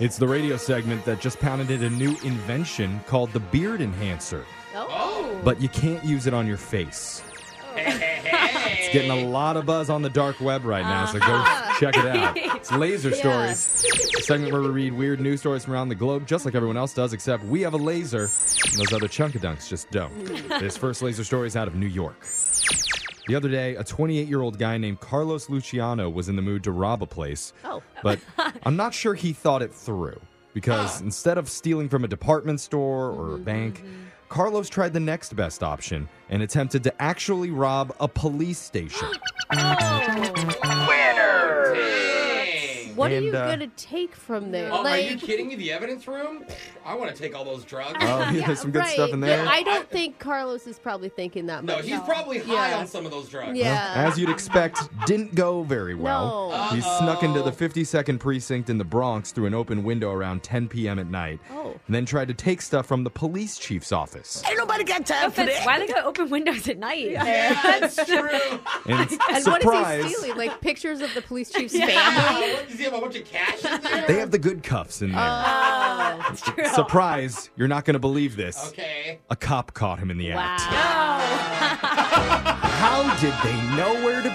It's the radio segment that just pounded a new invention called the beard enhancer, Oh. but you can't use it on your face. It's getting a lot of buzz on the dark web right now, so go check it out. It's Laser Stories, a segment where we read weird news stories from around the globe, just like everyone else does, except we have a laser, and those other chunkadunks just don't. this first laser story is out of New York. The other day, a 28 year old guy named Carlos Luciano was in the mood to rob a place, Oh. but I'm not sure he thought it through because Ah. instead of stealing from a department store or Mm-hmm, a bank, Carlos tried the next best option and attempted to actually rob a police station. What And, are you uh, gonna take from there? Oh, are like, you kidding me? The evidence room? I want to take all those drugs. Oh, yeah, there's some good right. stuff in there. Yeah, I don't think Carlos is probably thinking that no, much. he's probably high Yeah. on some of those drugs. Yeah. As you'd expect, didn't go very well. No. He snuck into the Uh-oh. 52nd precinct in the Bronx through an open window around 10 p.m. at night, Oh. and then tried to take stuff from the police chief's office. Ain't nobody got time for That's that. why they got open windows at night. Yeah, that's true. And, And what surprise, is he stealing? Like pictures of the police chief's Uh, family? what, does he have a bunch of cash in there? they have the good cuffs in there. Oh. Surprise, you're not going to believe this. Okay. A cop caught him in the act. Oh, Wow. How did they know where to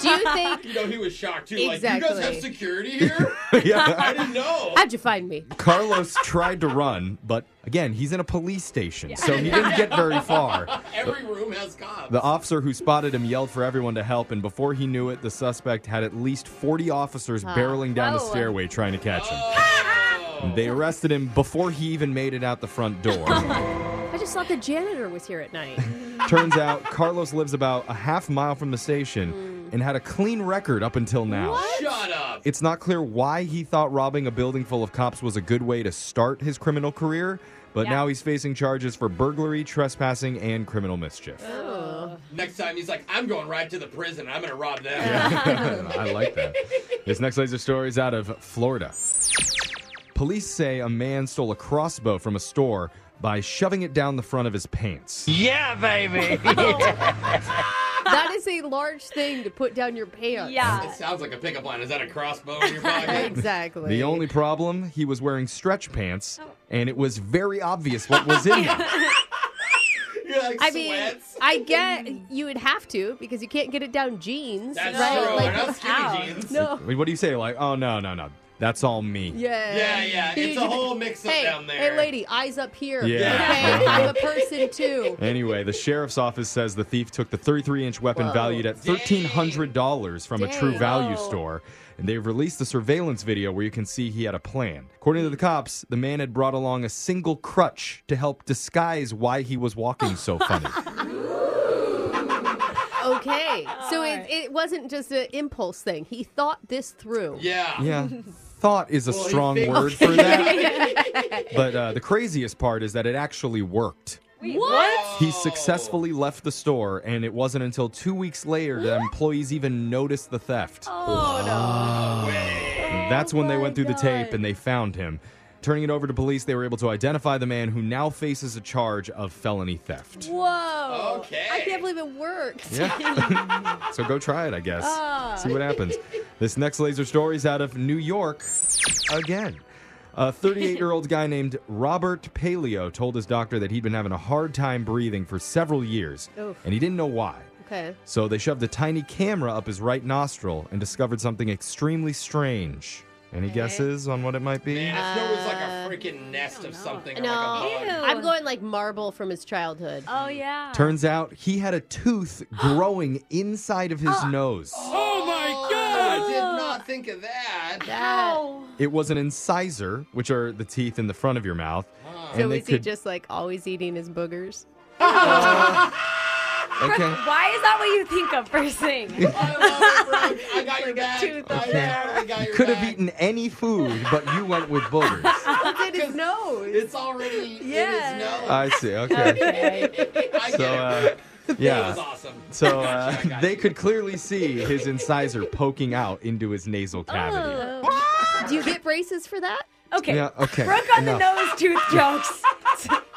Do you think You know, he was shocked too. Like, you guys Exactly. have security here? be? yeah. I didn't know. how'd you find me? Carlos tried to run, but again, he's in a police station, so he didn't get very far. Every room has cops. The officer who spotted him yelled for everyone to help, and before he knew it, the suspect had at least 40 officers barreling down the Whoa. stairway trying to catch him. Oh. They arrested him before he even made it out the front door. I just thought the janitor was here at night. Turns out Carlos lives about a half mile from the station and had a clean record up until now. Shut up. It's not clear why he thought robbing a building full of cops was a good way to start his criminal career, but now he's facing charges for burglary, trespassing, and criminal mischief. Next time he's like, I'm going right to the prison. I'm going to rob them. I like that. This next laser story is out of Florida. Police say a man stole a crossbow from a store by shoving it down the front of his pants. Yeah, baby. that is a large thing to put down your pants. It sounds like a pickup line. Is that a crossbow in your pocket? Exactly. The only problem, he was wearing stretch pants, and it was very obvious what was in them. You're like, I mean, sweats. I get you would have to because you can't get it down jeans, That's right? true. Like, We're not skinny how? I jeans. no. mean, what do you say? Like, oh, no, no, no. That's all me. Yeah. Yeah, yeah. You It's a just- whole mix up Hey, down there. hey, lady, eyes up here. Yeah. Okay, I'm a person too. Anyway, the sheriff's office says the thief took the 33 inch weapon Whoa. valued at $1,300 from a true Dang. value Whoa. store, and they've released the surveillance video where you can see he had a plan. According to the cops, the man had brought along a single crutch to help disguise why he was walking so funny. Okay. so it, right. it wasn't just an impulse thing. He thought this through. Yeah. yeah, thought is a Well, he strong figured- word for that. but uh, the craziest part is that it actually worked. What? He successfully left the store, and it wasn't until two weeks later that employees even noticed the theft. Oh, That's when they my went through the tape God. and they found him. Turning it over to police, they were able to identify the man who now faces a charge of felony theft. Whoa. Okay. I can't believe it worked. Yeah. so go try it, I guess. See what happens. This next laser story is out of New York again. A 38 year old guy named Robert Paleo told his doctor that he'd been having a hard time breathing for several years, Oof. and he didn't know why. Okay. So they shoved a tiny camera up his right nostril and discovered something extremely strange. Any guesses on what it might be? Man, if there was like a freaking nest of something or like a No. bug. Ew. I'm going like marble from his childhood. Oh, yeah. Turns out he had a tooth growing inside of his nose. Oh my god! I did not think of that. That- It was an incisor, which are the teeth in the front of your mouth. So they is he just like always eating his boogers? Okay. Why is that what you think of first thing? I love it, Brooke. I got your back. tooth. I know, I got your Could have back. eaten any food, but you went with boogers. Look at his nose. It's already. Yeah. It is no. I see. Okay. I Uh, So, get it. uh, That was yeah. awesome. So uh, Gotcha, I got they you. could clearly see his incisor poking out into his nasal cavity. Do you get braces for that? Okay. Yeah. Okay. Brooke on the enough. nose tooth jokes.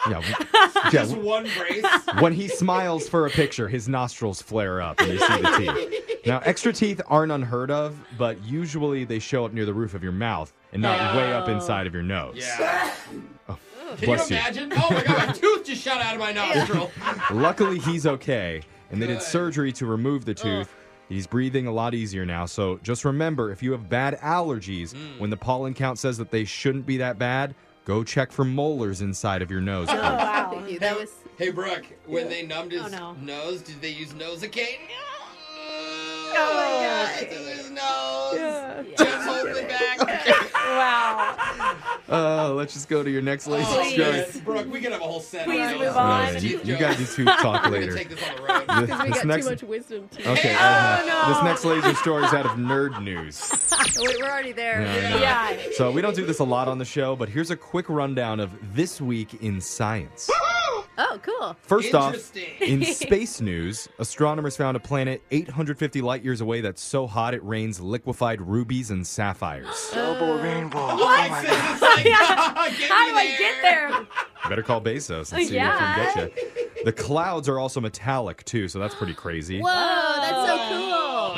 Yeah. we- yeah, Just one brace. When he smiles for a picture, his nostrils flare up and you see the teeth. Now, extra teeth aren't unheard of, but usually they show up near the roof of your mouth and not way up inside of your nose. Yeah. Oh, Can Bless you you. imagine? Oh my god, my tooth just shot out of my nostril. Luckily, he's okay, and they did Good. surgery to remove the tooth. He's breathing a lot easier now. So just remember if you have bad allergies, when the pollen count says that they shouldn't be that bad, go check for molars inside of your nose. Oh, wow. Thank you. That was Hey Brooke, when they numbed his Oh, no. nose, did they use nosecaine? Oh, my God. his nose. Yeah. Just hold it back. Wow. Uh, let's just go to your next lazy Oh, Please. story. man. Brooke, we could have a whole set. Please around move this. on. No, Fine. you, Keep you jokes. guys do tooth talk We're gonna later. take this on the road. Th- because we this got next- too much wisdom too. Okay, uh, this next laser story is out of nerd news. Oh, wait, we're already there. Yeah. Yeah. So we don't do this a lot on the show, but here's a quick rundown of this week in science. Oh, cool. First off, Interesting. in space news, astronomers found a planet 850 light years away that's so hot it rains liquefied rubies and sapphires. Double rainbow. Oh What? It's like, "Ah, get How me do I get there? Better call Bezos and see if he can get you. The clouds are also metallic too, so that's pretty crazy. Whoa, that's so Oh,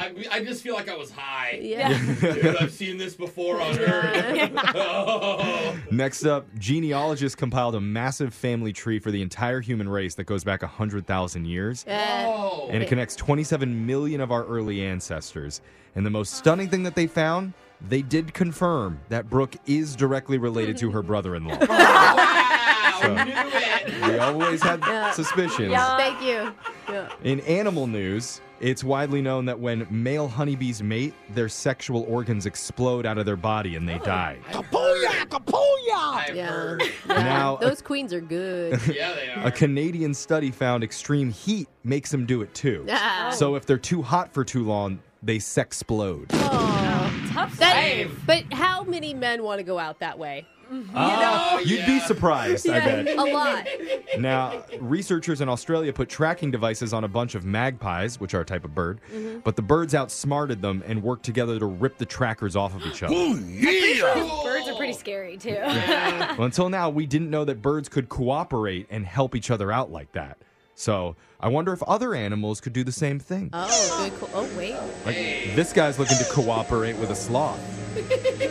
cool. I, I just feel like I was high. Yeah. Dude, I've seen this before on Earth. Oh. Next up, genealogists compiled a massive family tree for the entire human race that goes back 100,000 years. Uh, Oh. And it connects 27 million of our early ancestors. And the most stunning thing that they found, they did confirm that Brooke is directly related to her brother in law. wow, So- knew it. We always had Yeah. suspicions. Yeah. thank you. Yeah. In animal news, it's widely known that when male honeybees mate, their sexual organs explode out of their body and they Oh. die. Kapuya! Kapuya! I've Yeah. heard. Yeah. Oh. Now- Those queens are good. Yeah, they are. A Canadian study found extreme heat makes them do it too. Ah. So if they're too hot for too long, they sexplode. Oh, Aw. Tough That- save. but how many men want to go out that way? Oh, Ah, You'd yeah. be surprised, I bet. A lot. Now, researchers in Australia put tracking devices on a bunch of magpies, which are a type of bird, Mm-hmm. but the birds outsmarted them and worked together to rip the trackers off of each other. Cool. Birds are pretty scary too. well, until now, we didn't know that birds could cooperate and help each other out like that. So, I wonder if other animals could do the same thing. Oh, good. Co- oh, wait. Like, this guy's looking to cooperate with a sloth.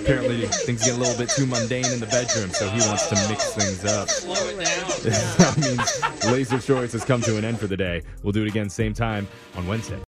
Apparently, things get a little bit too mundane in the bedroom, so he wants to mix things up. Slow it down. that means Laser Stories has come to an end for the day. We'll do it again same time on Wednesday.